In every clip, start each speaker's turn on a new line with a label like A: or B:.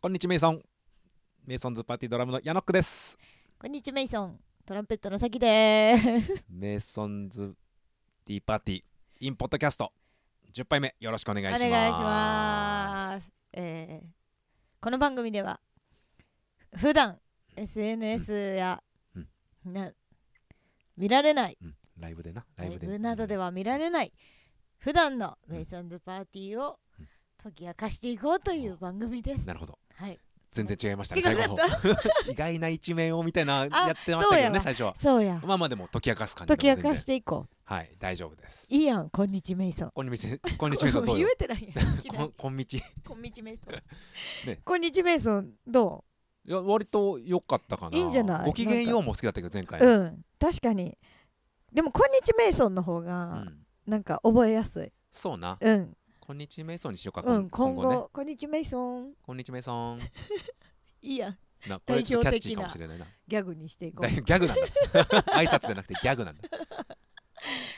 A: こんにちはメイソンメイソンズパーティードラムのヤノックです
B: こんにちはメイソントランペットの先でーす
A: メイソンズティーパーティーインポッドキャスト10杯目よろしくお願い
B: お
A: し
B: 願
A: ま
B: い
A: す
B: します、えーこの番組では普段 SNS や、
A: うん
B: な見られない
A: うん、ライブでなラ
B: ラ
A: イ
B: イ
A: ブで
B: ブなどで
A: は
B: は見られない普段の
A: うん
B: メイソンズパーティーを
A: うん
B: 解き明かしていこうという番組です、
A: なるほど
B: はい
A: 全然違いました
B: 違
A: ね
B: か
A: 最
B: っ
A: 後の
B: た
A: 方意外な一面をみたいなやってまし
B: そ
A: たけ
B: うや
A: どね
B: わ
A: 最初は
B: そうや
A: まあまあでも解き明かす感じ
B: 解
A: で
B: き明かしてていこう
A: はい大丈夫です
B: いいやんこんにちはメイソン
A: こんにちはこんに ちはメイソンどう
B: 言
A: よ
B: えてないやん
A: こんこんみちい
B: こんにちはメイソン、
A: ね
B: こんにちはメイソンどう
A: や割と良かったかない
B: いんじゃない
A: ご機嫌ようも好きだったけど前回う
B: うん確かにでも「こんにちメイソン」の方が
A: ん
B: なんか覚えやすい
A: そうな
B: うん
A: こんにちはメイソンにしようか
B: うん今
A: ね
B: 後「こんにちメイソン
A: こんにちはメイソン」
B: いいやん
A: なこれちょっとキャッチーかもしれないな。
B: ギャグにしていこ
A: だいうぶギャグなんだ。挨拶じゃなくてギャグなんだ。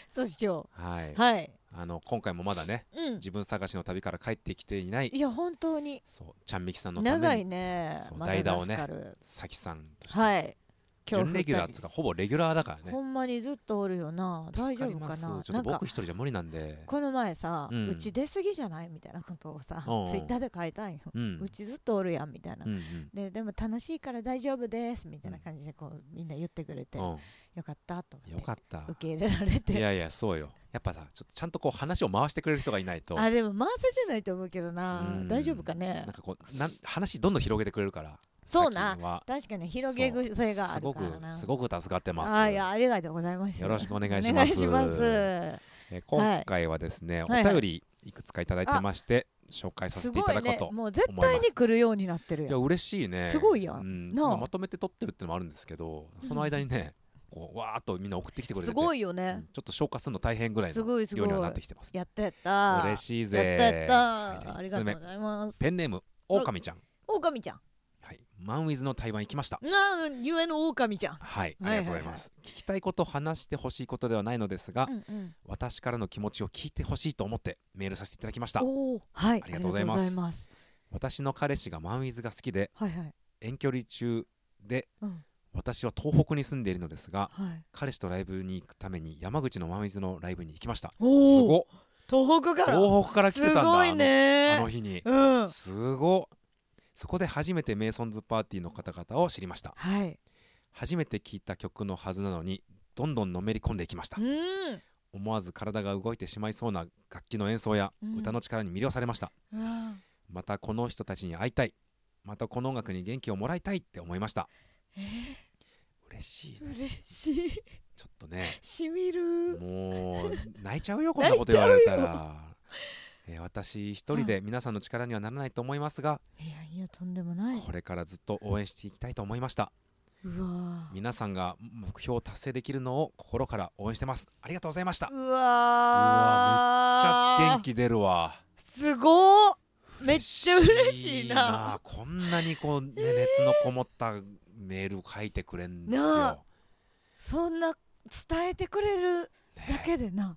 B: そうしよ
A: は
B: う
A: い。
B: はい
A: あの今回もまだね、
B: うん
A: 自分探しの旅から帰ってきていない
B: い、や本当に
A: そうちゃんみきさんのた
B: 長
A: めに
B: いね
A: そう
B: マダ
A: 代打
B: ガ
A: を
B: ス
A: ね
B: カル
A: さきさんとして
B: はい今
A: 準
B: 日
A: レギュラーっつうかほぼレギュラーだから
B: ほ
A: ね。
B: んまにずっとおるよな大丈
A: 助り
B: 夫
A: ま
B: か
A: す
B: な
A: ちょ
B: な
A: っ
B: ん
A: と
B: か
A: 僕一人じゃ無理なんで。
B: この前さ
A: うん
B: うち出過ぎじゃないみたいなことをさ
A: うん
B: ツイッターで書いたんよ
A: うん。
B: うちずっとおるやんみたいな
A: うんうん。
B: ででも楽しいから大丈夫ですみたいな感じでこうみんな言ってくれて、
A: うん
B: よかったと思
A: よかっ
B: っ
A: た
B: て。受け入れられ
A: い
B: て
A: やいやそうよ。やっぱさちょっとちゃんとこう話を回してくれる人がいないと。
B: あでも回せてないと思うけどな
A: うん
B: 大丈夫かね
A: なんかこうなん話どんどん広げてくれるから。
B: そうな
A: さきは
B: 確かに広げ癖があるからな
A: そうすごくすごく助かってます。
B: あいやありがとうございました
A: よろしくお願いし
B: お
A: ま
B: 願
A: す
B: いします
A: えー今回はですね、
B: はい
A: お便りいくつかいただいてまして、紹介さ
B: す
A: せていた
B: ご
A: だ
B: い
A: こう
B: ね
A: と。
B: もう絶対に来るようになってる
A: いや
B: よ
A: 嬉しいね。
B: すごいやん
A: うん
B: なあ
A: まあまとめて撮ってるってのもあるんですけど、その間にね、こうわーっとみんな送ってきてくれて
B: す
A: て、
B: ごいよ
A: う
B: ね
A: んちょっと消化するの大変ぐらい
B: す
A: の
B: ごいすご
A: 量
B: い
A: にはなってきてます。
B: やったやった
A: 嬉しいぜ。
B: やったやった、
A: はいじゃ
B: あ
A: あ
B: り
A: 一
B: が
A: 通
B: とう
A: 目
B: ございます
A: ペンネームオオカミちゃん。
B: 狼ちゃん
A: はい。マンウィズの台湾行きました。
B: なゆえの狼ちゃん
A: はい、あ
B: は
A: りが
B: いはい
A: とうございます。聞きたいこと話してほしいことではないのですが、
B: うんうん
A: 私からの気持ちを聞いてほしいと思ってメールさせていただきました。
B: おおはい
A: ありがとうございます
B: ありがとうございす
A: 私の彼氏がマンウィズが好きで
B: はいはい
A: 遠距離中で、
B: うん
A: 私は東北に住んでいるのですが
B: はい
A: 彼氏とライブに行くために山口のマンウィズのライブに行きましたす
B: おお
A: ごっ
B: 東北から
A: 東北から来てたんだ
B: すご
A: あ
B: い
A: のあ
B: ね
A: の日に
B: うんは
A: すごっそこで初めてメイソンズパーティーの方々を知りました
B: い
A: 初めて聴いた曲のはずなのにどんどんのめり込んでいきました
B: うん
A: 思わず体が動いてしまいそうな楽器の演奏や
B: うん
A: 歌の力に魅了されましたまたこの人たちに会いたいまたこの音楽に元気をもらいたいって思いました嬉しいね
B: 嬉しい
A: ちょっとね
B: しみる
A: もう泣いちゃ うよこんなこと言われたら、えー私一人で皆さんの力にはならないと思いますが、
B: いやいやとんでもない
A: これからずっと応援していきたいと思いました
B: うわ
A: 皆さんが目標を達成できるのを心から応援してますありがとうございましためっち
B: うわ
A: ゃ
B: ー
A: 元気出るわ
B: すごっめっちゃ嬉しいな
A: 嬉しいこんなにこう、ね、熱のこもったメールを書いてくれんです
B: なあ
A: よ、
B: そんな伝えてくれるだ
A: ね、
B: けでな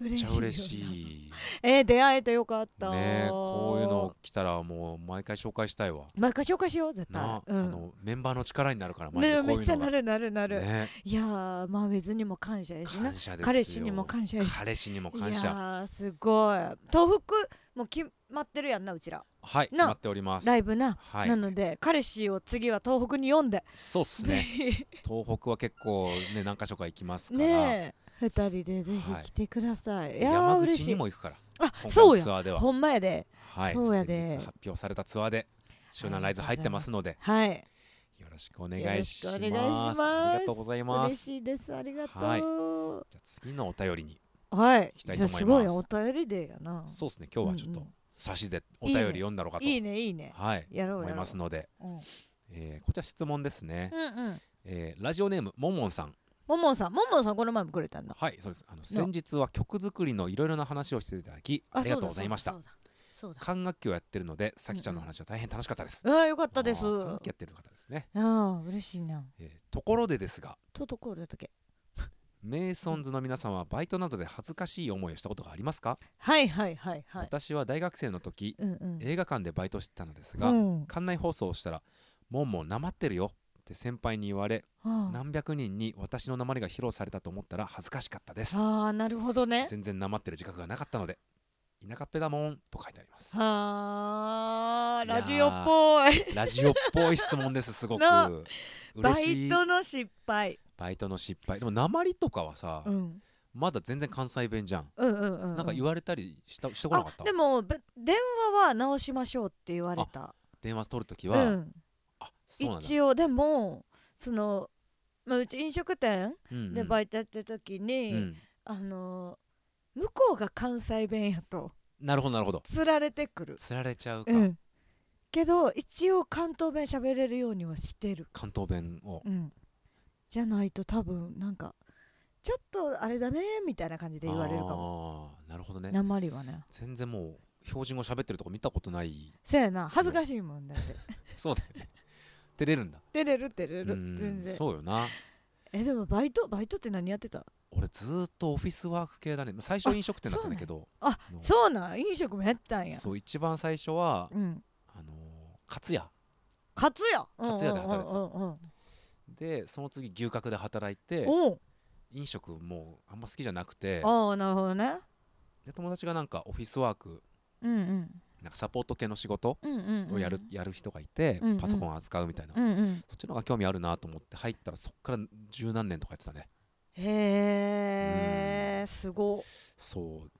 A: めっちゃ嬉
B: 嬉
A: し
B: しいよないえー出会えてよかった
A: ねえこういうの来たらもう毎回紹介したいわ
B: 毎回紹介しよう絶
A: な
B: 対
A: あ、
B: う
A: あ
B: ん
A: のメンバーの力になるからマジでこ
B: ね
A: うい
B: め
A: うの
B: っちゃな
A: る
B: るなるなる、
A: ね
B: いやーまあウェズにも感謝やしな
A: 感謝ですよ
B: 彼氏にも感謝やし
A: 彼氏にも感
B: いや
A: 謝
B: ーすごい東北もう決まってるやんなうちら
A: はい
B: な
A: 決まっております
B: ライブな、
A: はい
B: なので彼氏を次は東北に呼んで、
A: そうっす
B: ぜ
A: ね
B: ひ
A: 東北は結構ね何か所か行きますから、
B: ねえ2人でぜひ来てください、い、やー
A: 山
B: 嬉
A: 口
B: し
A: に
B: い
A: も行くから
B: あ
A: 今回
B: そう
A: の
B: や
A: ツアーでは
B: ほんまやで
A: はい
B: そうやで
A: 先日発表されたツアーで湘南ライズ入ってますので
B: はい
A: よろしくお願いします
B: よろしくお願いします
A: ありがとうございま
B: 嬉
A: す
B: しいですありがと
A: はいうじゃあ次のお便りに
B: はい、
A: き
B: じ
A: た
B: ゃ
A: いと
B: あ
A: 思い
B: す
A: ま
B: ご
A: す
B: いお便りでやな
A: そうですね今日はちょっ
B: う
A: と
B: ん
A: 差しでお便り読んだろうか
B: うん
A: と
B: いいねいいね
A: はい
B: やろうやろう
A: 思いますので、
B: うん、
A: えーこちら質問ですね、
B: うんうん
A: えーラジオネームもんもんさん
B: ももんさんももんさんこの前もくれたんだ
A: はいそうですあの先日は曲作りのいろいろな話をしていただきありがとうございました
B: そうだそうだ
A: 管楽器をやってるのでさきちゃんの話は大変楽しかったです、
B: そうだああよかったです
A: あー管
B: あ
A: 楽器やってる方ですね、
B: あ嬉しいな
A: えーところでですが
B: トートコールだったっけ
A: メイソンズの皆さんはバイトなどで恥ずかしい思いをしたことがありますか、
B: はいはいはいはい。
A: 私は大学生の時
B: うんうん。
A: 映画館でバイトしてたのですが、
B: うん。
A: 館内放送をしたら「もんもんなまってるよ」って先輩に言われ
B: あ
A: 何百人に私のなまりが披露されたと思ったら恥ずかしかったです
B: あー、なるほどね。
A: 全然なまってる自覚がなかったので「田舎っぺだもん」と書いてあります
B: はあ、
A: いやー
B: ラジオっぽい。
A: ラジオっぽい質問ですすごく
B: な
A: 嬉
B: バ
A: し
B: イ
A: い
B: トの失敗。
A: バイトの失敗でもなまりとかはさ、
B: うん。
A: まだ全然関西弁じゃん、
B: うんうんうん。
A: なんか言われたりしたしてこなか
B: あ
A: っ、た
B: でもぶ電話は直しましょうって言われた。
A: 電話取るとき
B: う
A: は、
B: ん。
A: あそうなんだ
B: 一応でもそのまあうち飲食店でバ
A: イ
B: イトやってる時
A: ト
B: に、あの向こうが関西弁やと
A: なるほどなるほど
B: つられてくる。
A: つられちゃうか、
B: うん。けど一応関東弁喋れるようにはしてる。
A: 関東弁を
B: うん、じゃないと多分なんかちょっとあれだねみたいな感じで言われるかも
A: あーなるほどね
B: 鉛はね
A: 全然もう標準語喋ってるとこ見たことない
B: そやな恥ずかしいもんだって
A: そうだよね照れるんだ
B: 照れる照れ
A: う
B: る
A: ん
B: 全然
A: そうよな
B: えでもバイトバイトって何やってた
A: 俺ずーっとオフィスワーク系だねまあ最初飲食店だったんだけど
B: あ
A: の
B: そうなん飲食もやってたんや
A: そう一番最初は、
B: うん
A: あのー、かつや
B: カツヤ
A: カツヤで働いてた
B: うんうんうん
A: でその次牛角で働いて
B: うんおう
A: 飲食もうあんま好きじゃなくて
B: ああなるほどね
A: で友達がなんかオフィスワーク
B: うんうん
A: なんかサポート系の仕事
B: うんうんうん
A: をやる,、やる人がいて、
B: うんうん
A: パソコンを扱うみたいな、
B: うんうん
A: そっちの方が興味あるなと思って入ったらそっから十何年とかやってたね
B: へえすごっ
A: そう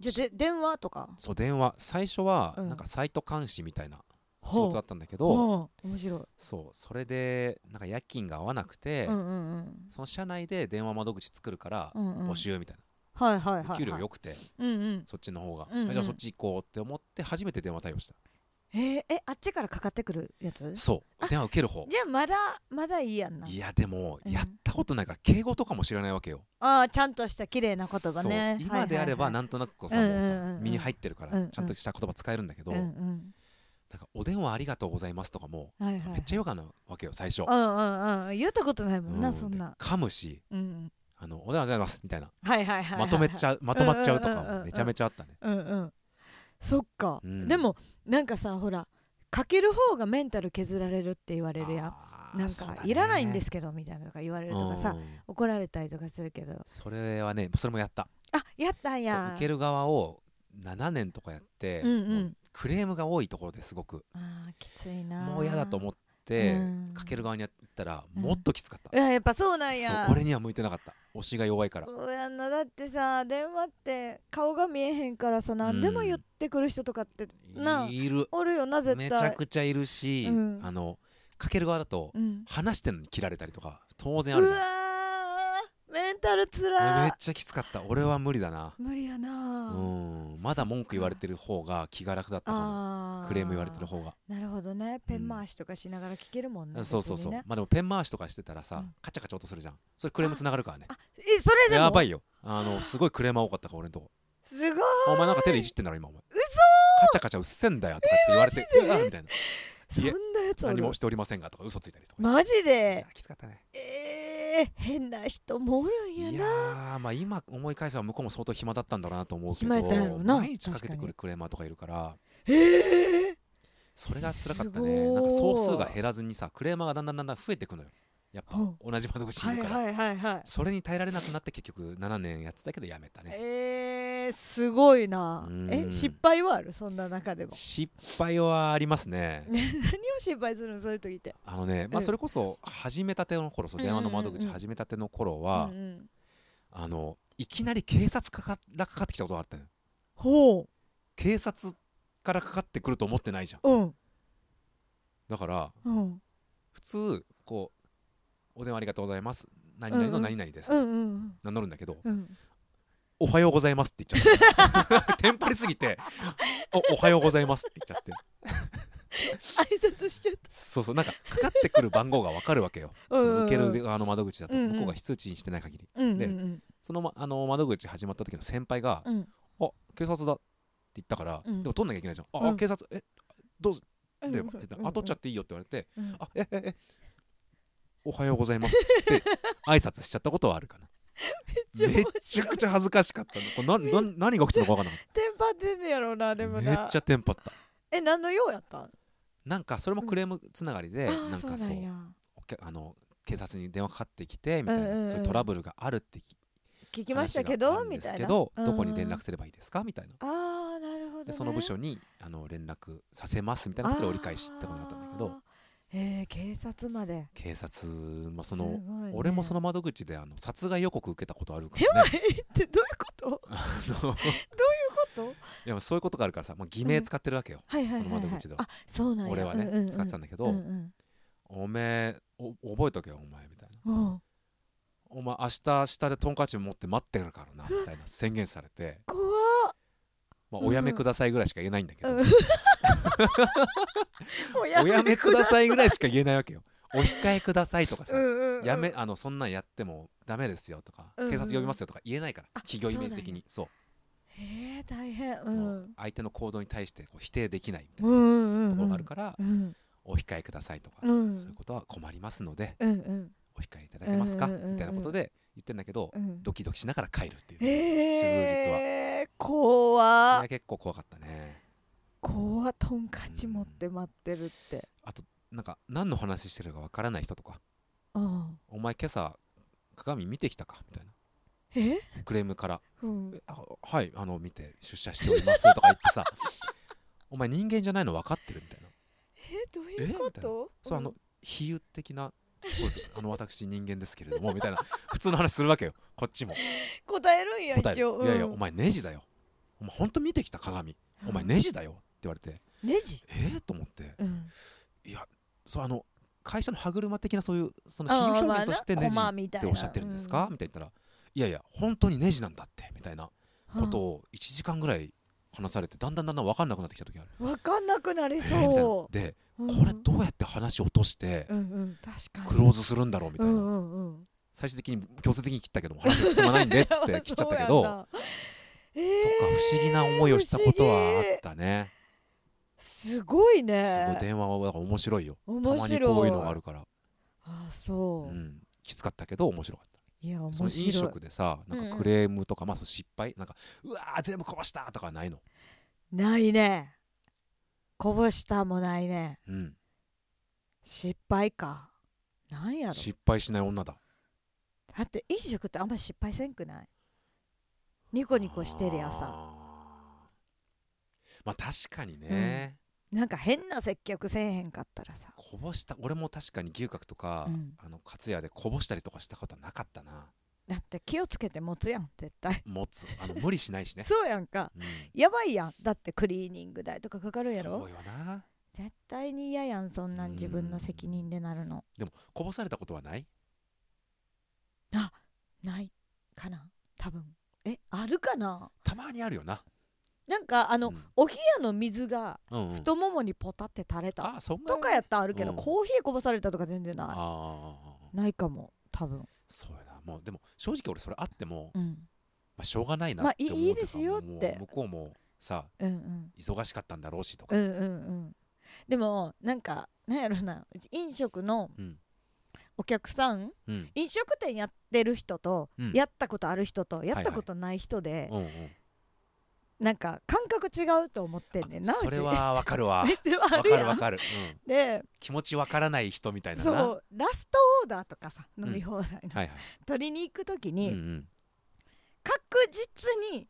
B: じゃあで電話とか
A: そう電話最初は
B: うん
A: なんかサイト監視みたいな仕
B: ほう
A: 事だったんだけど、
B: お面白い
A: そうそれでなんか夜勤が合わなくて、
B: うんうんうん
A: その社内で電話窓口作るから
B: うんうん
A: 募集みたい
B: はいはいはい
A: な、
B: はい
A: 給料良くて
B: うんうん
A: そっちの方が、
B: うんうん
A: あじゃあそっち行こうって思って初めて電話対応した、
B: えーえあっちからかかってくるやつじ
A: そう電話受ける方
B: ゃあまだまだいいやんない
A: やでも、
B: うん
A: やったことないから敬語とかも知らないわけよ
B: あーちゃんとした綺麗な言葉ね
A: そう今であれば
B: な
A: なんとなくこうさ、
B: うんうんう
A: も
B: ん
A: うさ身に入ってるか
B: う
A: ら
B: ん
A: ちゃんとした言葉使えるんだけど、
B: うんうん
A: なんかお電話ありがとうございますとかも
B: はいはい
A: めっちゃよかなわけよ最初、
B: うんうんうん言ったことないもんな、
A: う
B: そん
A: で
B: な
A: 噛むし
B: うん
A: あのお電話ございますみたいな
B: はいはいはいはい、
A: まとめちゃうまとまっちゃうとかもめちゃめちゃあったね
B: うんうんそっか、
A: うん
B: でもなんかさほらかける方がメンタル削られるって言われるやん
A: あー
B: なん
A: そう
B: か
A: だね
B: いらないんですけどみたいなとか言われるとかさ、
A: うん
B: 怒られたりとかするけど
A: それはねそれもやった
B: あやったん
A: そう
B: や
A: 受ける側を7年とかやって、
B: うんうん
A: もクレームが多いところですごく
B: あーきついな
A: もう嫌だと思
B: っ
A: って、
B: うん
A: かける側にやったら
B: うん
A: もっときつかった、
B: いややっぱそうなんや
A: そう俺には向いてなかった推しが弱いから
B: そうやんなだってさ電話って顔が見えへんからさ何でも言ってくる人とかってなあ
A: いる
B: おるよな絶対
A: めちゃくちゃいるし、
B: うん
A: あのかける側だと
B: うん、
A: 話してんのに切られたりとか当然あ
B: う
A: る
B: わ
A: じゃん
B: ーメンタルつら
A: め
B: ー
A: っちゃきつかった俺は無理だな
B: 無理や
A: う
B: なあ、
A: んまだ文句言われてる方が気が楽だったか
B: あ
A: も
B: ー
A: クレーム言われてる方が
B: なるほどねペン回しとかしながら聞けるもんね、
A: そうそうそう、
B: 別にね
A: まあでもペン回しとかしてたらさ、
B: うん
A: カチャカチャ音するじゃんそれクレームつながるからね
B: あえそれでも
A: やばいよあのすごいクレーマー多かったから俺のとこ
B: すごい
A: お前なんか手でいじってんだろ今お前
B: 嘘
A: カチャカチャうっせんだよとかって言われてうわみたいな
B: そん
A: いえ
B: なやつお
A: 何
B: る
A: もしておりませんがとか嘘ついたりとか
B: マジ
A: いや
B: で
A: きつかったね
B: えー、変な人もおるんや
A: い
B: な
A: やーまあ今思い返せば向こうも相当暇だったんだろうなと思うけ
B: 暇やったんや
A: ど
B: ろな
A: 毎日かけて
B: 確
A: く
B: か
A: る
B: に
A: クレーマーとかいるから
B: ええ
A: それが辛かった
B: すご
A: ね
B: い
A: なんか総数が減らずにさクレーマーがだんだんだんだん増えてくのよやっぱ
B: ほ
A: 同じ窓口
B: は
A: にい
B: い
A: るから、
B: はいはいはい
A: それに耐えられなくなって結局7年やってたけどやめたね
B: えー、すごいな
A: う。ん
B: え、失敗はあるそんな中でも。
A: 失敗はありますね
B: 何を失敗するのそういう時って。
A: あのね、まあ、
B: うん
A: それこそ始めたての頃そう
B: うんう
A: 電
B: んうんう
A: 話
B: ん
A: の窓口始めたての頃
B: う
A: は、
B: んうん、
A: あのいきなり警察からかかってきたことがあったのよ
B: ほ
A: 警察からかかってくると思ってないじゃん
B: う。うん。
A: だから
B: うん。うん
A: 普通こう「お電話ありがとうございます何々の何々です」
B: うん
A: 名乗るんだけど
B: うん。うん。
A: 「おはようございます」って言っちゃって テンパりすぎて「おおはようございます」って言っちゃって
B: 挨拶しちゃっ
A: そうそうなんかかかってくる番号がわかるわけよ
B: た。うんうんうん
A: 受ける側の窓口だと
B: うんうん
A: 向こうが非通知にしてない限り
B: うんうん
A: で
B: うん
A: その,、ま、あの窓口始まった時の先輩が
B: うん
A: 「あ警察だ」って言ったから、
B: うん
A: でも取んなきゃいけないじゃん「あ、
B: うん
A: 警察えどうぞ」
B: う
A: で
B: ん
A: って言ったら「あ取っちゃっていいよ」って言われて
B: うん
A: あえええおはようございますって挨拶しちゃったことはあるかな
B: ちゃ面白
A: め
B: い
A: ちゃくちゃ恥ずかしかったのこれなな何が起きたのか分からなかっ
B: テンパってんねやろうなで
A: た
B: も
A: めっ
B: な
A: ちゃテンパった
B: え何の用やったんあ
A: なんかそれもクレームつながりで、
B: ー
A: なんか
B: そ
A: そうう
B: なんや
A: お客あの警察に電話かかってきてみたいな、
B: うんうんうん
A: そういうトラブルがあるってき
B: 聞きましたけど
A: 話があるん
B: み
A: で
B: た
A: す
B: い
A: け
B: な
A: ど
B: うん
A: どこに連絡すればいいですかみたいな
B: ああなるほど、ね、
A: でその部署にあの連絡させますみたいなことで折り返しってことだったんだけど
B: あーえー、警察まで
A: 警察もそ
B: すご
A: の
B: い、ね、
A: 俺 もその窓口であの殺害予告受けたことあるから、ね、
B: えってどういうことどういう
A: あの
B: こと
A: いやそういうことがあるからさ、まあ、偽名使ってるわけよ、
B: はいはい
A: そ
B: はい、はい、
A: の窓口では
B: あそうなんや
A: 俺はね、
B: うんうんうん、
A: 使ってたんだけど、
B: うんうん
A: おめえお覚えとけよお前みたいな
B: おう
A: お前明日下でトンカチ持って待ってるからなみたいな宣言されて、
B: 怖っ
A: まあ、
B: うん
A: おやめくださいぐらいしか言えないんだけど、
B: うんお
A: おやめくださいぐらいしか言えないわけよお控えくださいとかさ、
B: うんうんうん
A: や めあのそんなんやってもダメですよとか、
B: うんうん
A: 警察呼びますよとか言えないから
B: あ
A: 企業イメージ的にそう
B: へえ大変う
A: その
B: ん
A: 相手の行動に対してこう否定できないみたい
B: うんうんうん
A: なところがあるから、
B: うん
A: お控えくださいとか、
B: うん
A: そういうことは困りますので
B: うんうん
A: お控えいただけますか、
B: うんうんうんうん
A: みたいなことで言ってんだけど、
B: うん
A: ドキドキしながら帰るっていう、数日は
B: え
A: そ
B: ー
A: れ
B: 怖っ
A: は結構怖かったね
B: 怖っトンカチ持って待ってるって
A: あとなんか何の話してるかわからない人とか
B: うん
A: 「お前今朝鏡見てきたか?」みたいな
B: え
A: クレームから
B: うん
A: えあはいあの見て出社しておりますとか言ってさ お前人間じゃないの分かってるみたいな
B: えどういうこと
A: そうあの比喩的なそうですあの私人間ですけれどもみたいな普通の話するわけよこっちも
B: 答えるんや
A: 答え
B: 一
A: る、
B: 応うん
A: いやいやお前ネジだよお前ほんと見てきた鏡お前ネジだよって言われて
B: ネジ
A: えー、と思って
B: うん
A: いやそうあの会社の歯車的なそういうその比
B: あ
A: 喩
B: ー
A: 表
B: まあ
A: 現と
B: な
A: してネジ
B: コマ
A: っ
B: みたい
A: て
B: な
A: おっしゃってるんですか、みたいな言ったらいやいや本当にネジなんだってみたいな
B: うん
A: ことを1時間ぐらい話されてだんだんだんだん分かんなくなってきた時ある。
B: わかんなくなり
A: えーみたいな
B: そ
A: で
B: う
A: これ
B: うん
A: どうやって話落として
B: うんうん確か
A: ク
B: に
A: ローズするんだろうみた
B: う
A: い
B: ん
A: な
B: うんうん
A: 最終的に強制的に切ったけども話が進まないんでっつって切っちゃったけどと
B: そうや
A: か
B: んなえ
A: 不
B: ー
A: 思議な思いをしたことはあったね
B: すごい
A: すごい
B: ね
A: 電話はだから面白いよた
B: 面
A: まに
B: 白い
A: こういうのがあるから
B: あ
A: う
B: そうん
A: きつかったけど面白かった
B: いや面
A: そ
B: 白
A: の
B: い
A: 飲食でさ
B: う
A: なんん
B: うん
A: かクレームとかまあその失敗なんかうわー全部壊したとかはないの
B: ないねこぼしたもないね
A: うん
B: 失敗かなんやろ
A: 失敗しない女だ
B: だって飲食ってあんまり失敗せんくないニコニコしてるやさ
A: あーまあ確かにね
B: なんか変な接客せえへんかったらさ
A: こぼした俺も確かに牛角とか、
B: うん
A: あのかつやでこぼしたりとかしたことはなかったな
B: だって気をつけて持つやん絶対
A: 持つあの無理しないし ね、
B: そうやんか
A: うん、
B: やばいやんだってクリーニング代とかかかるや
A: そ
B: ろ
A: うよな
B: 絶対に嫌やんそんなん自分の責任でなるの
A: でもこぼされたことはない
B: ないかな多分えあるかな
A: たまにあるよな
B: なんかあの、
A: うん
B: お冷やの水が
A: うんうん
B: 太ももにポタって垂れた、
A: あそんな
B: とかやったらあるけど、
A: うん
B: コーヒーこぼされたとか全然
A: あ
B: な
A: あ
B: いないかも多分、
A: そうやなもうでも正直俺それあっても、
B: うん、
A: まあ、しょうがないな
B: まあ
A: って思う
B: いい
A: とか
B: ですよ
A: もう
B: って
A: 向こうもさ
B: うんうん
A: 忙しかったんだろうしと
B: う
A: か、
B: んうんうんでもなんかなんやろなうち飲食の
A: うん
B: お客さん
A: うん
B: 飲食店やってる人と、
A: うん
B: やったことある人とやっ
A: はい
B: た
A: はい
B: ことない人で、
A: うんうん
B: なんか感覚違うと思ってんねんな
A: あ
B: うち
A: それはわかるわ
B: めっちゃあ
A: わ
B: る
A: かる
B: や
A: わ
B: ん
A: かる、うん、
B: で
A: 気持ちわからない人みたいなな
B: そ
A: は
B: うラストオーダーとかさ飲み放題
A: い
B: の、
A: はい、
B: 取りに行く時
A: うん
B: に、
A: うん、
B: 確実に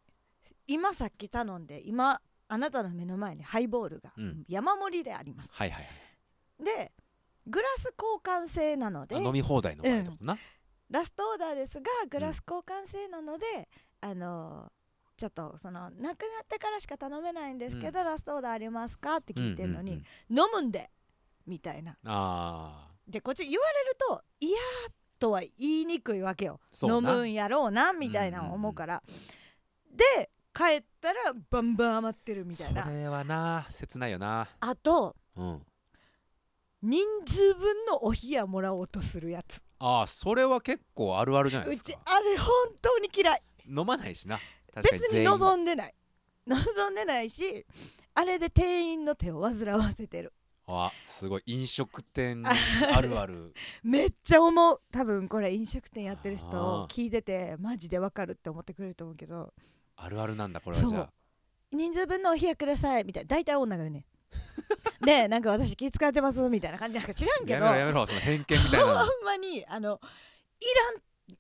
B: 今さっき頼んで今あなたの目の前にハイボールが
A: うん
B: 山盛りであります、
A: はいはい
B: でグラス交換制なので
A: はいあ飲み放題の場合ってことな、
B: ラストオーダーですがグラス交換制なので、あのちょっとそのなくなってからしか頼めないんですけど、ラストオーダーありますかって聞いてるのに、
A: うんうん
B: 飲むんでみたいな
A: うんああ
B: でこっち言われるといやーとは言いにくいわけよ
A: そ
B: 飲
A: うな
B: むんやろうなみたいなの思うから、で帰ったらバンバン余ってるみたいな
A: それはな切ないよな
B: あと
A: うん
B: 人数分のお冷やもらおうとするやつ
A: ああそれは結構あるあるじゃないうです
B: ち
A: か
B: あれ本当に嫌い
A: 飲まないしな確かに
B: 別に
A: 全員
B: 望んでない望んでないしあれで店員の手を煩わせてる
A: ああすごい飲食店あるある
B: めっちゃ思う多分これ飲食店やってる人聞いててマジでわかるって思ってくれると思うけど
A: あるあるなんだこれはじゃあ
B: 人数分のお冷やくださいみたいな大体女が言 うねでなんか私気使ってますみたいな感じなんか知らんけ
A: や
B: ど
A: めろやめろその偏見みたいな
B: ほん
A: の
B: まにあのい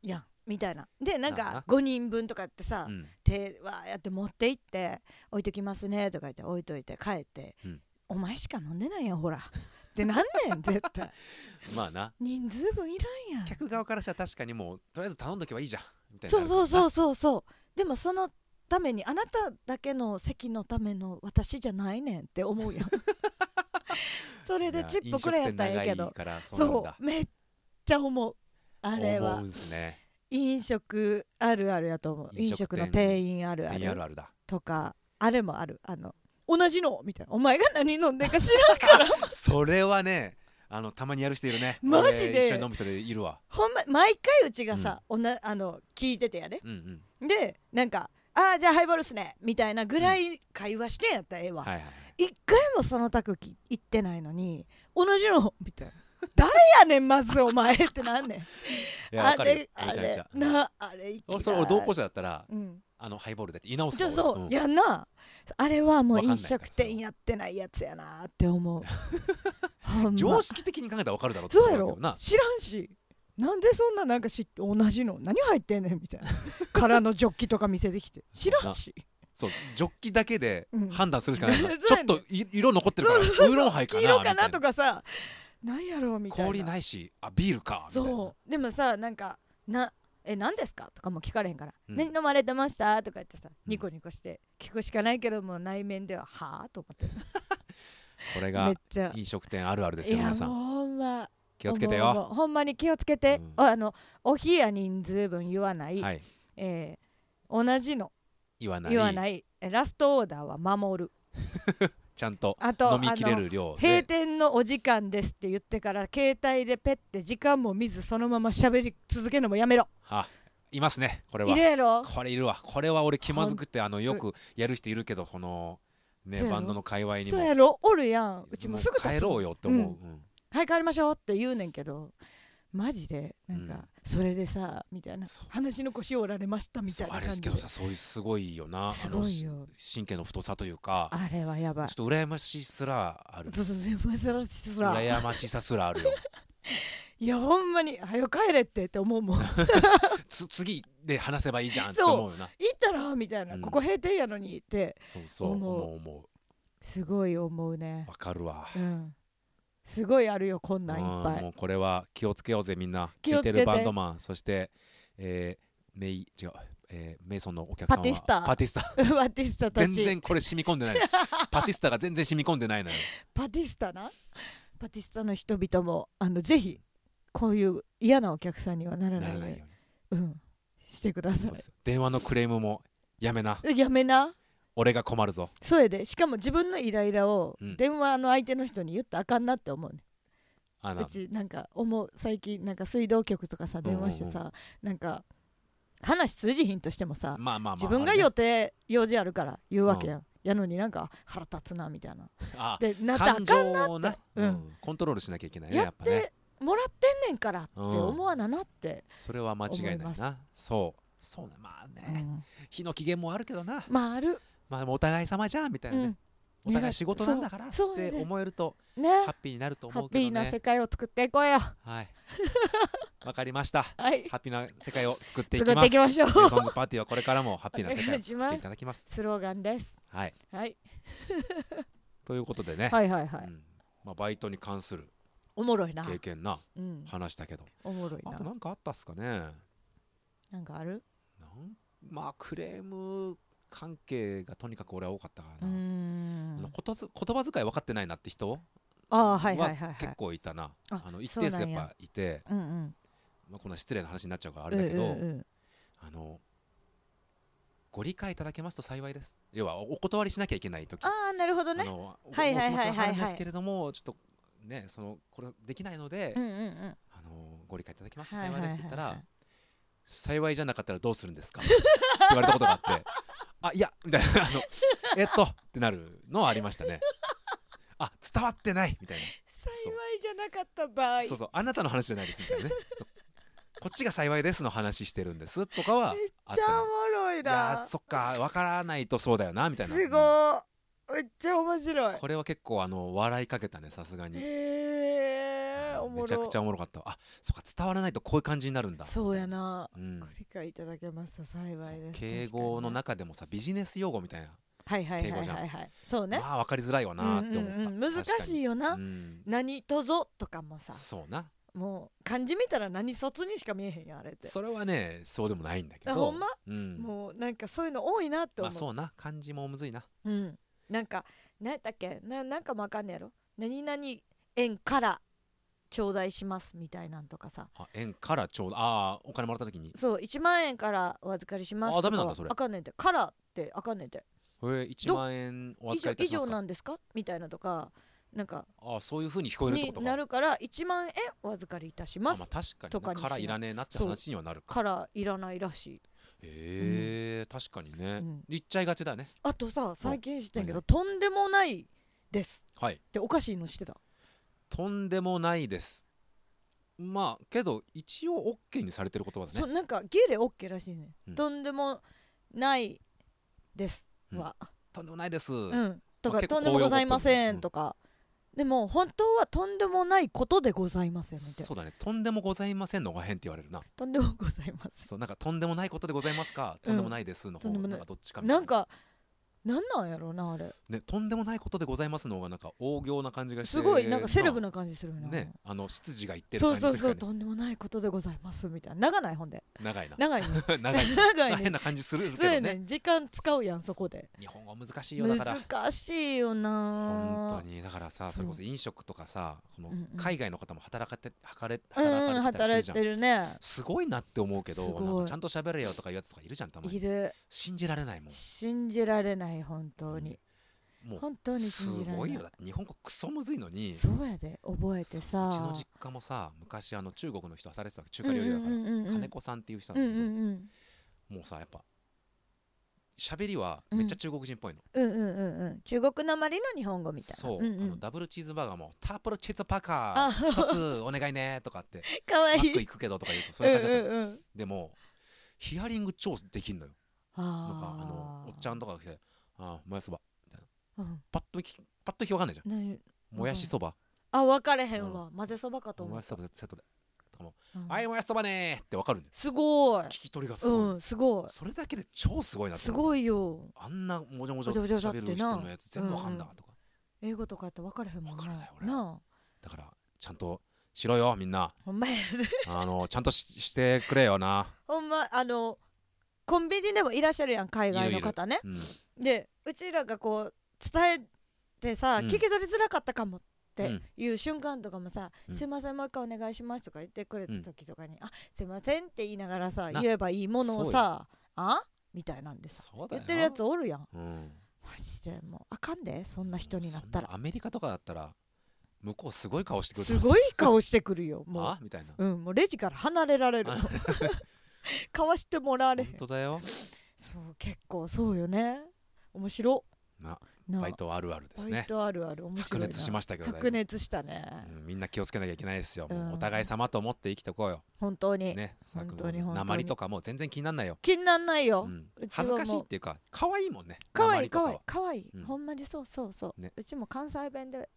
B: らんやんみたいなでなん
A: なあな
B: か5人分とかってさ、
A: うん
B: 手はやって持って行って置いときますねとか言って置いといて帰って、
A: うん
B: お前しか飲んでないやんほらってなんねん絶対
A: まあな
B: 人数分いらんやん
A: 客側からしたら確かにもうとりあえず頼んどけばいいじゃんみたいにな
B: そうそうそううそうそうでもそのためにあなただけの席のための私じゃないねんって 思うやんそれでチップくれやったらええけど
A: からそうなん
B: そ
A: だ
B: うめっちゃ思うあれ
A: 思
B: は
A: うんすね
B: 飲食あるあるやと思う飲
A: 飲食
B: 食
A: 店
B: の店員あるあ
A: 店員ある
B: る
A: あ るだ
B: とかあれもあるあの同じのみたいなお前が何飲んでんか知 らんから
A: それはねあのたまにやる人いるね
B: マジで
A: 俺一緒に飲む人でいるわ
B: ほんま毎回うちがさ、おなあの聞いててやで
A: うんうん
B: でなんか「ああじゃあハイボールっすね」みたいなぐらい会話してんやったらええわ、
A: はいはいはい
B: 一回もそのタクキ行ってないのに同じのみ たいな誰やねんまずお前ってなんね
A: い
B: ん
A: やわ
B: あ
A: かるよ
B: れあ
A: めちゃめち
B: れ
A: ゃ
B: なあれ行
A: お
B: き
A: それ俺同行者だったら
B: うん
A: あのハイボールでって言い直す
B: じゃあ
A: 俺
B: そう、
A: ん
B: やんなあれはもう
A: わかんない
B: 飲
A: から
B: 食店やってないやつやなって 思うほんま
A: 常識的に考えたらわかるだろって
B: そうや
A: 思
B: ろ
A: けどな
B: 知らんしなんでそんななんかし同じの何入ってんねんみたいな 空のジョッキとか見せて きて知らんし
A: そうジョッキだけで
B: うん
A: 判断するしかないから、
B: そう
A: ちょ
B: やね
A: っとい色残ってるからウーロンハイかな
B: 黄色かな
A: みた
B: と
A: い
B: かさなんやろうみたいな
A: 氷ないしあビールかみたいな
B: そうでもさなんかなえ何ですかとかも聞かれへんから、
A: うん
B: 何飲まれてましたとか言ってさニコニコして聞くしかないけども内面でははあと思って
A: これ
B: め
A: が
B: っちゃ
A: 飲食店あるあるです
B: い
A: よ
B: や
A: 皆
B: もう
A: さん
B: ほんま
A: 気をつけて
B: 思う
A: よ
B: 思うほんまに気をつけて、
A: うん
B: あのお冷や人数分言わない、
A: はい
B: えー同じの
A: 言わない
B: 言わないえラストオーダーは守る
A: ちゃんと
B: あと
A: 飲み切れ
B: あの
A: る量で
B: 閉店のお時間ですって言ってから携帯でペッて時間も見ずそのまま喋り続けるのもやめろ
A: あいますねこれ
B: 入
A: は
B: れやろ
A: これいるわこれは俺気まずくてあのよくやる人いるけどこのね
B: そうやろ
A: バンドの界隈に
B: そう
A: も
B: やろおるやんうちも
A: も
B: すぐ立つ
A: 帰ろうよって思う、うん
B: はい帰りましょうって言うねんけどマジでなんか、
A: うん
B: それでさみたいな
A: そう
B: 話の腰折られましたみ
A: そ
B: たいうな
A: あ
B: 感
A: れ
B: じ
A: ですけどさそういうすごいよな
B: すごいよ
A: あの神経の太さというか
B: あれはやばい
A: ちょっと羨ましすらある
B: そうそう全部さらしら
A: 羨ましさすらあ るよ
B: いやほんまに「はよ帰れ」ってって 思うもん行っ
A: つ次で話せばいいじゃんって思うよな
B: たらみたいな、
A: うん
B: ここ閉店やのにって
A: そうそう
B: 思う
A: 思う思
B: すごい思う
A: う
B: ね
A: わかるわ
B: うんすごいあるよこんなんいっぱ
A: うんも
B: いう
A: これは気をつけようぜみんな
B: 気をつけて
A: 聞いてるバンドマンそして、えーメイ違う、えーメイソンのお客さんは
B: パティスタ
A: パティスタ
B: パティスタた
A: 全
B: ち
A: 然これ染み込んで ないパティスタが全然染み込んでないのよ
B: パティスタなパティスタの人々もあのぜひこういう嫌なお客さんにはなら
A: な
B: ない
A: ら
B: よ
A: な
B: う
A: いよう
B: に
A: に
B: うんしてくださ
A: そうですよ電話のクレームもやめない
B: やめな
A: 俺が困るぞ
B: そうやでしかも自分のイライラを
A: うん
B: 電話の相手の人に言ったらあかんなって思うね
A: あな
B: うちなんか思う最近なんか水道局とかさ電話してさ、
A: う
B: なんか話通じひんとしても
A: ま
B: さ、
A: あまあまあ
B: 自分が予定用事あるから言うわけやん、やのになんか腹立つなみたいな
A: あ
B: でなったらあ
A: 感
B: かん
A: 情をな、
B: うん
A: うんコントロールしなきゃいけないねや
B: や
A: っ
B: っ
A: ぱね
B: てもらってんねんからって思わななって、
A: それは間違いない
B: 思い
A: なそうそうねまあ
B: う
A: ね、
B: ん
A: 日の機嫌もあるけどな
B: まあある、
A: まあお互い様じゃんみたいうなね、
B: ん、
A: お互い仕事なんだからっ
B: そうそう
A: て
B: なんだよ
A: 思えると
B: ね
A: ハッピーになると
B: ハ
A: 思う
B: ッ
A: け
B: ピ
A: ど
B: ーな世
A: ね。
B: 界を作っていこうよ
A: はい。わかりました。
B: はい
A: ハッピーな世界を作っていき
B: 作
A: ます。
B: っていきましょう
A: メイソンズパーティーはこれからもハッピーな世界 を作っていただきます。
B: スローガンです
A: はい。
B: はい、
A: ということでね。
B: はいはいはい
A: うんまあバイトに関する
B: おもろいな、
A: 経験な
B: うん、
A: 話だけど。
B: おもろい
A: あ
B: な
A: となんかあったっすかね。なん
B: なんかある
A: まあクレーム関係がとにかく俺は多かったか
B: う
A: ら
B: ー
A: な。あの
B: ん
A: ことず言葉遣い分かってないなって人
B: ああはいはいはいは
A: はい結構いたな。
B: あ
A: あの一
B: そう
A: 定
B: なん
A: 数
B: や
A: やっぱいて、
B: うんうん
A: まあこんな失礼な話になっちゃうからあ
B: あ
A: れだけど。
B: うん
A: あのご理解いただけますと幸いです要はおお断りしなきゃいけない時
B: ああなるほど
A: あ
B: ね
A: のおお気
B: はい
A: 持ち
B: はいはいはいはい
A: わかるんですけれどもちょっとねそのこれできないので、
B: うんうんうん
A: あのご理解いただけますと
B: はい
A: 幸
B: はい
A: い
B: はい
A: ですって
B: はい
A: 言ったら、幸いじゃなかったらどうするんですかって言われたことが あってあいやみたいなあのえっとってなるのはありましたねあ伝わってないみたい
B: 幸いじゃなかった場合
A: なそうそうあなたの話じゃないですみたいなねこっちが幸いですの話してるんですとかは
B: めっち
A: あ
B: ゃ
A: って
B: お
A: も
B: もろ
A: い
B: い
A: や
B: な
A: ーそっかわからないとそうだよなみたいな
B: す
A: う
B: ご
A: ん
B: ーめっちゃ面白い
A: これは結構あの笑いかけたねさすがに
B: へえおもろ
A: めちゃくちゃおもろかったわあそっか伝わらないとこういう感じになるんだ
B: そうやな
A: うん
B: ご理解いただけますと幸い
A: そう
B: です
A: 敬語の中でもさビジネス用語みたいな、
B: はいはいはい
A: 敬語じゃん
B: はいはいそうね
A: まあ分かりづらいわなーって思った、
B: うんうんうん難しいよ
A: な
B: な何とぞとかもさ
A: そうな
B: もう漢字見たら何卒にしか見えへんやんあれって
A: それはねそうでもないんだけど
B: あほんま
A: うん、
B: もうなんかそういうの多いなって
A: まあ
B: 思う
A: そうな漢字もむずいな
B: うん、なんか何やったっけななんかもわかんねやろ何々円から頂戴しますみたいなんとかさ
A: あ円からちょうどああお金もらった時に
B: そう1万円からお預かりします
A: あダ
B: とかは
A: メなんだそれ
B: あかんねんてからってあかんねんて
A: えー、1万円お
B: 以
A: 預
B: 上
A: かりいた
B: 以
A: します
B: 上
A: か
B: なんですかみたいなとかなんか
A: ああそういうふうに聞こえるって
B: に
A: ことか
B: なるから1万円お預かりいたしま
A: あ
B: す
A: まあ確かに
B: とか
A: な
B: にし
A: か
B: ない
A: らいらねえなって
B: そう
A: 話にはなるか
B: からいらないらしい
A: へえ確かにね、
B: うん
A: 言っちゃいがちだね
B: あとさ最近知ってんけど
A: 何
B: とんでもないです
A: はい
B: っておかしいのしてた
A: とんでもないですまあけど一応 OK にされてる言葉だ
B: そう
A: ね
B: なんかギレオッケーらしいね、
A: うん
B: とんでもないです
A: うん
B: は、
A: とんでもないです、
B: うんと
A: ま
B: か、
A: あ結
B: と
A: 構
B: んでもございませ
A: 高揚語っぽいねうん
B: んとか、でも本当はとんでもないことでございませんみたいな
A: そうだねとんでもございませんのが変って言われるな
B: とんでもございません
A: そうなんかとんでもないことでございますか、
B: うん
A: とんでもないですの方
B: とんでも
A: な
B: な
A: いんかどっちかみたい
B: なんかなんなんやろうなあれ
A: ねとんでもないことでございますの方がなんか大行な感じがして
B: すごいなんかセレブ
A: な
B: な感じするよな、
A: ねあの執事が言ってる
B: そ
A: 感
B: う
A: じ
B: そ
A: というう
B: うそ
A: かね
B: とんでもないことでございますみたいな長ないほんで
A: 長いな
B: 長いね
A: 長いな
B: 長いね
A: 変な感じするけど
B: そう
A: ね
B: やねん時間使うやんそこで
A: 日本語難しいよだから
B: 難しいよな
A: 本当にだからさそれこそ飲食とかさこの
B: うんうん
A: 海外の方も働かて働かれ
B: うんう
A: 働
B: ん
A: かれてた
B: 働
A: りする
B: い
A: じゃ
B: て
A: ん
B: るね
A: すごいなって思うけど
B: すごい
A: なんかちゃんと喋れよとかいうやつとかいるじゃんたま
B: い
A: に
B: る
A: 信じられないもん
B: 信じられない本当に、
A: もう
B: 本当に
A: す
B: 信じられ
A: ごい
B: な
A: よ
B: い
A: だって日本語クソむずいのに
B: そうやで覚えて
A: そう
B: さ
A: うちの実家もさ昔あの中国の人働いてたわけ中華料理屋だから、
B: うんうんうんうん
A: 金子さんっていう人な
B: うんん
A: だけど、
B: うんうん
A: もうさやっぱ喋りはめっちゃ中国人っぽいの、
B: うんうんうんうん中国なまりの日本語みたいな
A: そう、
B: んう
A: あの
B: ん、
A: ダブルチーズバーガーもタープルチーズバーガー
B: あ
A: 一つお願いねとかって
B: かわ
A: マ
B: い
A: ック
B: い
A: 行くけどとか言うとそう
B: う
A: い
B: ん
A: う
B: う
A: 感じだったの
B: んうん
A: でもヒアリング超できんのよなんかあの
B: あー
A: おっちゃんとかが来て「あーもやしそば
B: うん」
A: パッときパッときわかんないじゃ
B: 何
A: ん「もやしそば」
B: あ分かれへんわ、混ぜそばか
A: 「
B: と
A: も
B: 思
A: や
B: っ
A: したそばセットで」とかも
B: う
A: 「
B: ん
A: はいもやしそばねー」ってわかるんだよ
B: すごい
A: 聞き取りがすごい、
B: うんすごい
A: それだけで超すごいなと
B: す
A: 思う
B: ごいよ
A: あんなもじゃもじゃ
B: もじゃもじゃ
A: 喋る人のやつ全部わかんだ
B: ってな
A: とか、
B: 英語とかやったら分かれへんもん
A: 分からない俺
B: なあ
A: だからちゃんとしろよみんな
B: ほんまやで
A: あのちゃんとししてくれよな、
B: ほんまあのコンビニでもいらっしゃるやん海外の方ね
A: うん、
B: でうちらがこう伝えてさ、
A: うん
B: 聞き取りづらかったかもって
A: うん
B: いう瞬間とかもさ「
A: うん
B: すいませんもう一回お願いします」とか言ってくれた
A: うん
B: 時とかに「あすいません」って言いながらさ
A: な
B: 言えばいいものをさ「あみたいなんでさ
A: そうだ
B: 言
A: よ
B: っ
A: な
B: てるやつおるやん
A: うん、
B: マジでもうあかんでそんな人になった
A: そんな
B: ら
A: アメリカとかだったら向こうすごい顔してくる
B: すごい顔してく るよも
A: あみたいな
B: ううんもうレジから離れられる かわしてもらわれへ
A: 本
B: ん
A: 当だよ
B: そう結構そうよね面白
A: な
B: な
A: バイトあるあるです
B: バイ
A: ね
B: トあるある面白
A: 白
B: いな
A: 熱しましたけどだいぶ
B: 白熱したね、
A: うん、みんな気をつけなきゃいけないですよ、もう
B: うん
A: お互い様と思って生きてこうよ
B: 本当に、
A: ね
B: 本
A: さ
B: 当に
A: っきの
B: 本当に
A: 鉛とかも全然気になんないよ、
B: 気になんないうよ、
A: ん
B: うちは
A: 恥
B: もう
A: ずかしいっていうか可愛いもんね
B: かわい
A: 鉛
B: い
A: と
B: か
A: か
B: わ
A: はい
B: いかわ
A: う
B: いい、
A: ん
B: ほんまにそうそうそう、
A: ね
B: うちも関西弁で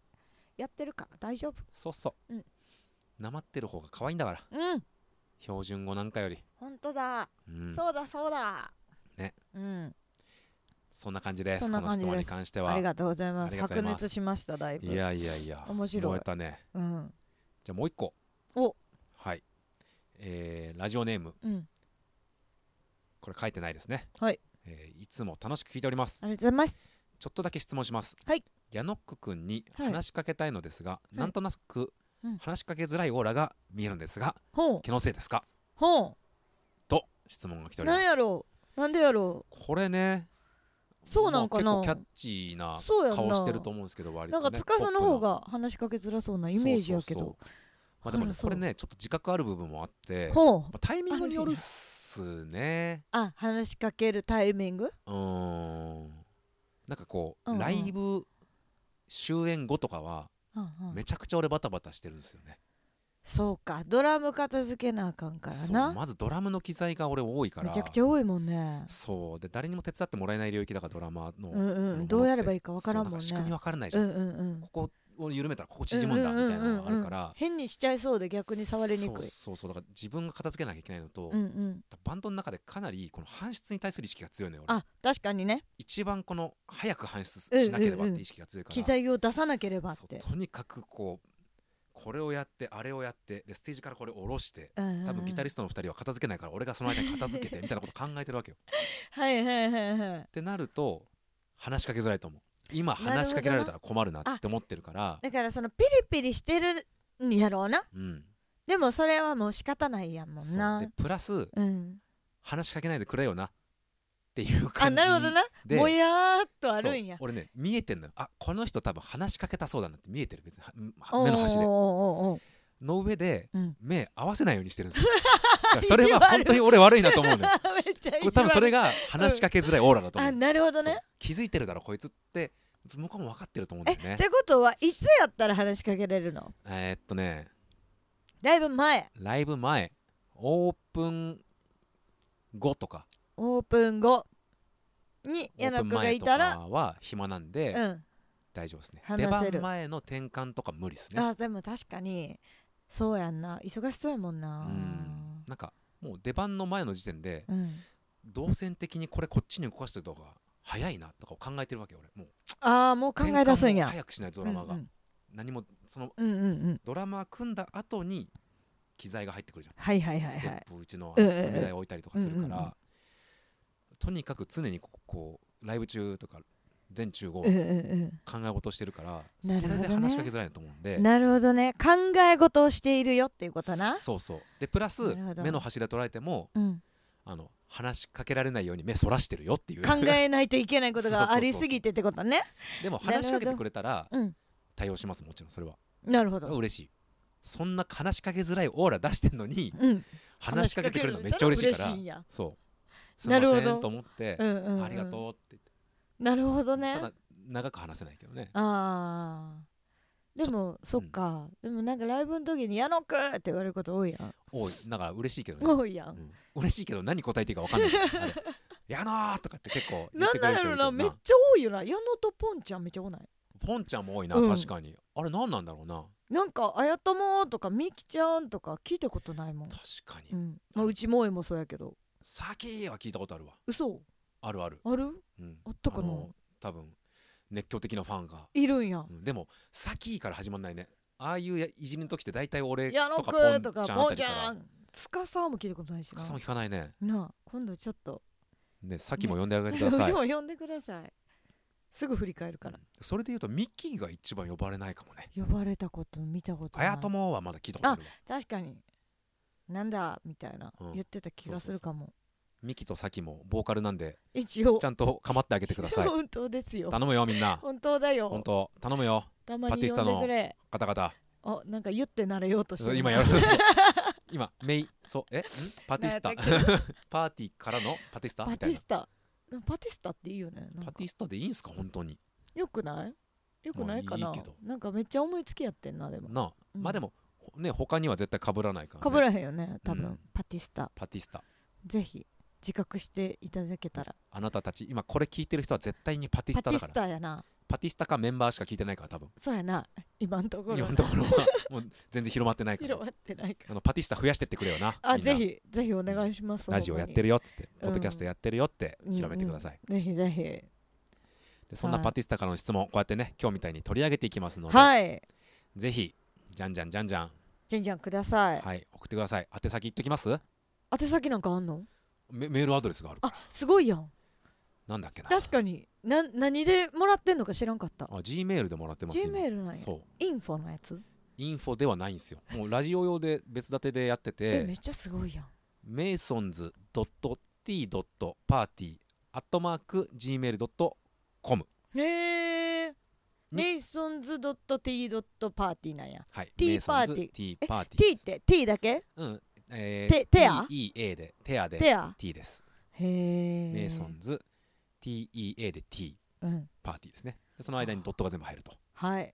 B: やってるから大丈夫
A: そうそう
B: うん
A: なまってる方が可愛いんだから
B: うん
A: 標準語なんかより、
B: 本当だ、
A: うん、
B: そうだそうだ
A: ね
B: うん
A: そんな感じです
B: そんな
A: この
B: 感
A: 質
B: じです
A: 問に関して
B: あ
A: は
B: りがとうございます
A: ありがとうご
B: 白
A: ざいます
B: 熱しましただいぶ
A: いやいやいや
B: 面白い
A: 燃えたね
B: うん
A: じゃあもう一個
B: お
A: はいえーラジオネーム
B: うん
A: これ書いてないですね
B: はい、
A: えーいつも楽しく聞いております
B: ありがとうございます
A: ちょっとだけ質問します
B: はい
A: ヤノック君に
B: はい
A: 話しかけたいのですが、
B: い
A: なんとなく
B: うん
A: 話しかけづらいオーラが見えるんですが、
B: ほう
A: 気のせいですか
B: ほ
A: と質問が来て
B: う
A: おりま
B: なん
A: す
B: やろうなんでやろ
A: これね
B: そうなんかな
A: もう結構キャッチーな
B: そうやん
A: 顔
B: な
A: してると思うんですけど
B: う
A: 割
B: な
A: と、
B: ん
A: ね、
B: か司
A: ポ
B: の
A: ッ
B: 方
A: プな
B: が話しかけづらそうなイメージやけ
A: そう
B: ど
A: そうそうまあでも
B: あ
A: ね
B: らそう
A: これねちょっと自覚ある部分もあって
B: ほう
A: まあ、タイミングによるっすね
B: あ話しかけるタイミング
A: うーんなんかこう、
B: うんうん
A: ライブ終演後とかは
B: うんうん
A: めちゃくちゃ俺バタバタしてるんですよね、
B: そうかドラム片付けなあかんか
A: そ
B: ら
A: う
B: な
A: まずドラムの機材が俺多いから
B: めちゃくちゃ多いもんね
A: そうで誰にも手伝ってもらえない領域だからドラマの、こ
B: うんう
A: の
B: んどうやれば
A: いい
B: いいかわからんもんね
A: 仕組みわからないじ
B: う
A: ゃん、
B: んうんうん
A: ここを緩めたらここ縮むんだみたいなのがあるから、
B: うんうんうんうん変にしちゃいそうで逆に触りにく
A: そ
B: い
A: うそうそうだから自分が片付けなきゃいけないのと、
B: うんうん
A: バンドの中でかなりこの搬出に対する意識が強いのよ俺
B: あ確かにね
A: 一番この早く搬出
B: うんうんうん
A: しなければって意識が強いから、
B: 機材を出さなければっ
A: そう
B: て
A: とにかくこうこれをやってあれをやってでステージからこれを下ろして多
B: 多
A: 分ギタリ
B: ス
A: ストの2人は片付けないから俺がその間に片付けてみたいなこと考えてるわけよ。っ
B: トはいはいはいはい
A: てなると話しかけづらいと思う今
B: なるほどな
A: 話しかけられたら困るなって思ってるから、
B: だからそのピリピリしてるんやろうな
A: うん、
B: でもそれはもう仕方ないやもん
A: そう
B: な
A: でプラス
B: うん
A: 話しかけないでくれよなっていう
B: あ
A: 感じ
B: なるほどな
A: で
B: もやーっとあるんや
A: そう俺ね見えてんのよあこの人多分話しかけたそうだなって見えてる別には
B: おー
A: 目の端で
B: おーおーおー
A: の上で
B: うん
A: 目合わせないようにしてるん ですよだからそれは本当に俺悪いなと思うのよ
B: めっちゃ
A: これ多分それ
B: が
A: が話しかけづらいオーラだと思う,
B: あ
A: そう、
B: なるほどね
A: 気づいてるだろこいつって向こうも分かってると思うんだ
B: え
A: よね
B: ってことはいつやったら話しかけれるの
A: えーっとね
B: だいぶ前
A: ライブ前オープン後とか
B: オープン後に
A: オー
B: 矢
A: プ
B: 野
A: ン
B: くんが
A: 前
B: い
A: と
B: た
A: からは暇なんで、
B: うん
A: 大丈夫ですね
B: 話
A: 出
B: せる
A: 番前の転換とか無理ですね
B: あでも確かにそうやんな忙しそうやもんな
A: うんなんかもう出番の前の時点で
B: うん
A: 動線的にこれこっちに動かしてる動画が早いなとかを考えてるわけよ俺もう
B: ああもう考え出す
A: 転換
B: ん
A: も
B: や
A: 早くしないとドラマが、
B: うん
A: 何もその
B: うんうんうんうん
A: ドラマ組んだ後に機材が入ってくるじゃん、
B: はいはいはい
A: ステ
B: は
A: ッ
B: い
A: プうちの
B: うんうんうん
A: 踏み台を置いたりとかするから、
B: うんうんうん
A: とにかく常にこうこうライブ中とか全中後
B: うん
A: 考
B: うん
A: え事してるから、
B: な
A: そ
B: るほど
A: れ
B: ね
A: で話しかけづらいなと思うんで
B: うんなるほどね考え事をしているよっていうことな
A: そうそうでプラス
B: なるほど
A: 目の柱捉えても
B: うん
A: あの話しかけられないように目そらしてるよっていう
B: 考えないといけないことがありすぎてってことね
A: でも
B: なるほど
A: 話しかけてくれたら
B: うん
A: 対応しますもちろんそれは
B: なるほ
A: それは
B: ど
A: 嬉しいそんな話しかけづらいオーラ出してんのに
B: うん
A: 話しかけてくれるのめっちゃ嬉しいから
B: んや
A: そうすいま
B: なるほど
A: せんと思って
B: うんうんうん
A: ありがとうって言って
B: なるほどね
A: ただ長く話せないけどね
B: あーでもそっか、でもなんかライブの時に「矢野くん!」って言われること多いやん
A: おいだから嬉しいけどね
B: 多いやん、
A: うん嬉しいけど何答えていいか分かんない じゃんあれやなーとかって結構言っ
B: な
A: て
B: ん
A: くれ
B: な
A: る
B: んや
A: 人い
B: ろ
A: るけ
B: な
A: ど
B: めっ
A: な
B: ちゃ多いよな矢野とポンちゃんめっちゃ多ない
A: ポンちゃんも多いな
B: うん
A: 確かにあれ何なんだろうな
B: なんかあやともとかみきちゃんとか聞いたことないもん、
A: 確か
B: う
A: に
B: んまあ、うちもえもそうやけど
A: サキーは聞いたことあるわ
B: 嘘
A: あるある
B: ある
A: うん
B: あったかな
A: あの多分熱狂的なファンが
B: いるんや
A: うんでも「サキー」から始まんないねああいうやいじりの時って大体俺
B: 矢野
A: と
B: くん
A: か
B: と
A: ポン
B: か
A: ちゃんあ
B: ポ
A: た
B: ン
A: り
B: ちゃ
A: か
B: んつかさも聞いたことないし
A: ら
B: な
A: さも聞かないね
B: なあ今度ちょっと
A: ねサキも呼んであげてく
B: 今
A: ださ
B: 日
A: い
B: 呼 んでくださいすぐ振り返るから、
A: それで言うとミッキーが一番呼ばれないかもね
B: 呼ばれたこと見たこと
A: あ
B: ない
A: やともはまだ聞いたことあるわ
B: 確かになんだみたいな、
A: うん
B: 言ってた気がするかも
A: ミキとサキもボーカルなんで
B: 一応
A: ちゃんと構ってあげてくださ い
B: 本当ですよ
A: 頼むよみん な
B: 本当だよ
A: 本当頼むよ
B: たま
A: バテ
B: に
A: ィスタ
B: 呼ん
A: の
B: でくれ
A: 方々
B: あなんか言って慣れようとしてる
A: 今や る今メイそうえんパティスタ
B: なんやったっ
A: パーティーからのパ ティスタ
B: パ
A: みた
B: テ
A: い
B: ィ
A: な
B: スタパティスタっていいよねなんか
A: パティスタでいいんすか本当に
B: よくないよくないかな、
A: まあいいけど
B: なんかめっちゃ思いつきやってんなでも
A: なあ
B: うん
A: まあでもね他には絶対被らないからね
B: かぶらへんよね多分、
A: うん
B: パティスタ
A: パティスタ
B: ぜひ自覚していただけたら
A: あなたたち今これ聞いてる人は絶対にパティス
B: パ
A: タだ
B: ティ
A: から
B: スタやな
A: パティスタかメンバーしか聞いてないから多分
B: そうやな今んところ
A: 今のところはもう全然広まってないから
B: 広まってないか
A: あのパティスタ増やしてってくれよな
B: あ
A: みんな
B: ぜひぜひお願いします
A: ラジオやって
B: る
A: るよっつって、
B: うん
A: ポッドキャストやってるよって広めてください、
B: ぜひぜひ
A: でそんな
B: はい
A: パティスタからの質問こうやってね今日みたいに取り上げていきますので、
B: はい
A: ぜひじゃんじゃんじゃんじゃん
B: じゃんじゃんください
A: はい送ってください宛先言っときます
B: 宛先なんかあんの
A: メメールアドレスがある
B: あすごいやん
A: なんだっけな
B: 確かにな何でもらってんのか知らんかった
A: あ G メールでもらってます今
B: G メールなんや
A: そう
B: インフォのやつ
A: インフォではないんですよもうラジオ用で別立てでやって
B: え
A: て
B: めっちゃすごいやん
A: メイソンズ .t.party アットマーク gmail.com
B: へえ
A: に
B: メイソンズ .t. パーティーなんや
A: はい
B: T パーティー
A: t
B: え
A: パーティ
B: t って t だけ
A: ーうんえ
B: てテア
A: TEA でテアで
B: ペア
A: T です
B: へえ
A: メイソンズ TEA で T
B: うん
A: パーティーですねでその間にドットが全部入ると
B: はい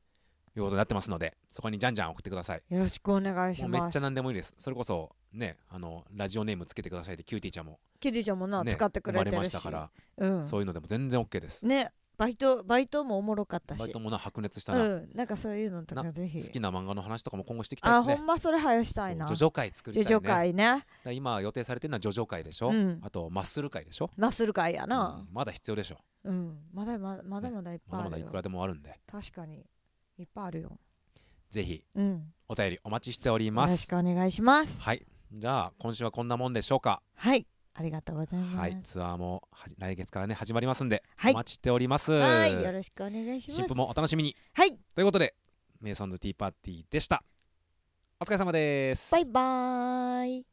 A: いうことになってますのでそこにじゃんじゃん送ってください
B: よろしくお願いし
A: もうめっ
B: ます
A: ちゃ何でもいいですそれこそねあのラジオネームつけてくださいってキューティーちゃんも、
B: キリちゃんもな、
A: ね、
B: 使ってくれて
A: 生ま
B: る
A: れま
B: し
A: したから、
B: うん
A: そういうのでも全然 OK です
B: ねバイトバイトもおもろかったし
A: バイトもな白熱した
B: う
A: な、
B: んなんかそういうのとかぜひ
A: 好きな漫画の話とかも今後していきた
B: あ
A: いで
B: ほ
A: すね
B: んまそれはやしたいな
A: そう叙々会作りたいね
B: 叙々会ね
A: だから今予定されてるのは叙々会でしょ、
B: うん
A: あとマッスル会でしょ、
B: マッスル会や
A: う
B: なん
A: まだ必要でしょ
B: うんまだまだまだまだいっ
A: ま
B: ぱい
A: だまだ
B: ある
A: い
B: よ
A: くらでもあるんで
B: 確かにいっぱいあるよ
A: ぜひ
B: うん
A: お便りお待ちしており
B: よ
A: ま
B: ろ
A: す
B: しくお願いします
A: はいじゃあ今週はこんなもんでしょうか
B: はいありがとうございま
A: はい
B: す
A: ツアーもはじ来月からね始まりますんで、
B: はい
A: お待ちしております
B: はいよろしくお願いし
A: 新
B: ます
A: 婦もお楽しみに
B: はい
A: ということでメイソンズティーパーティーでしたお疲れ様です
B: バイバーイ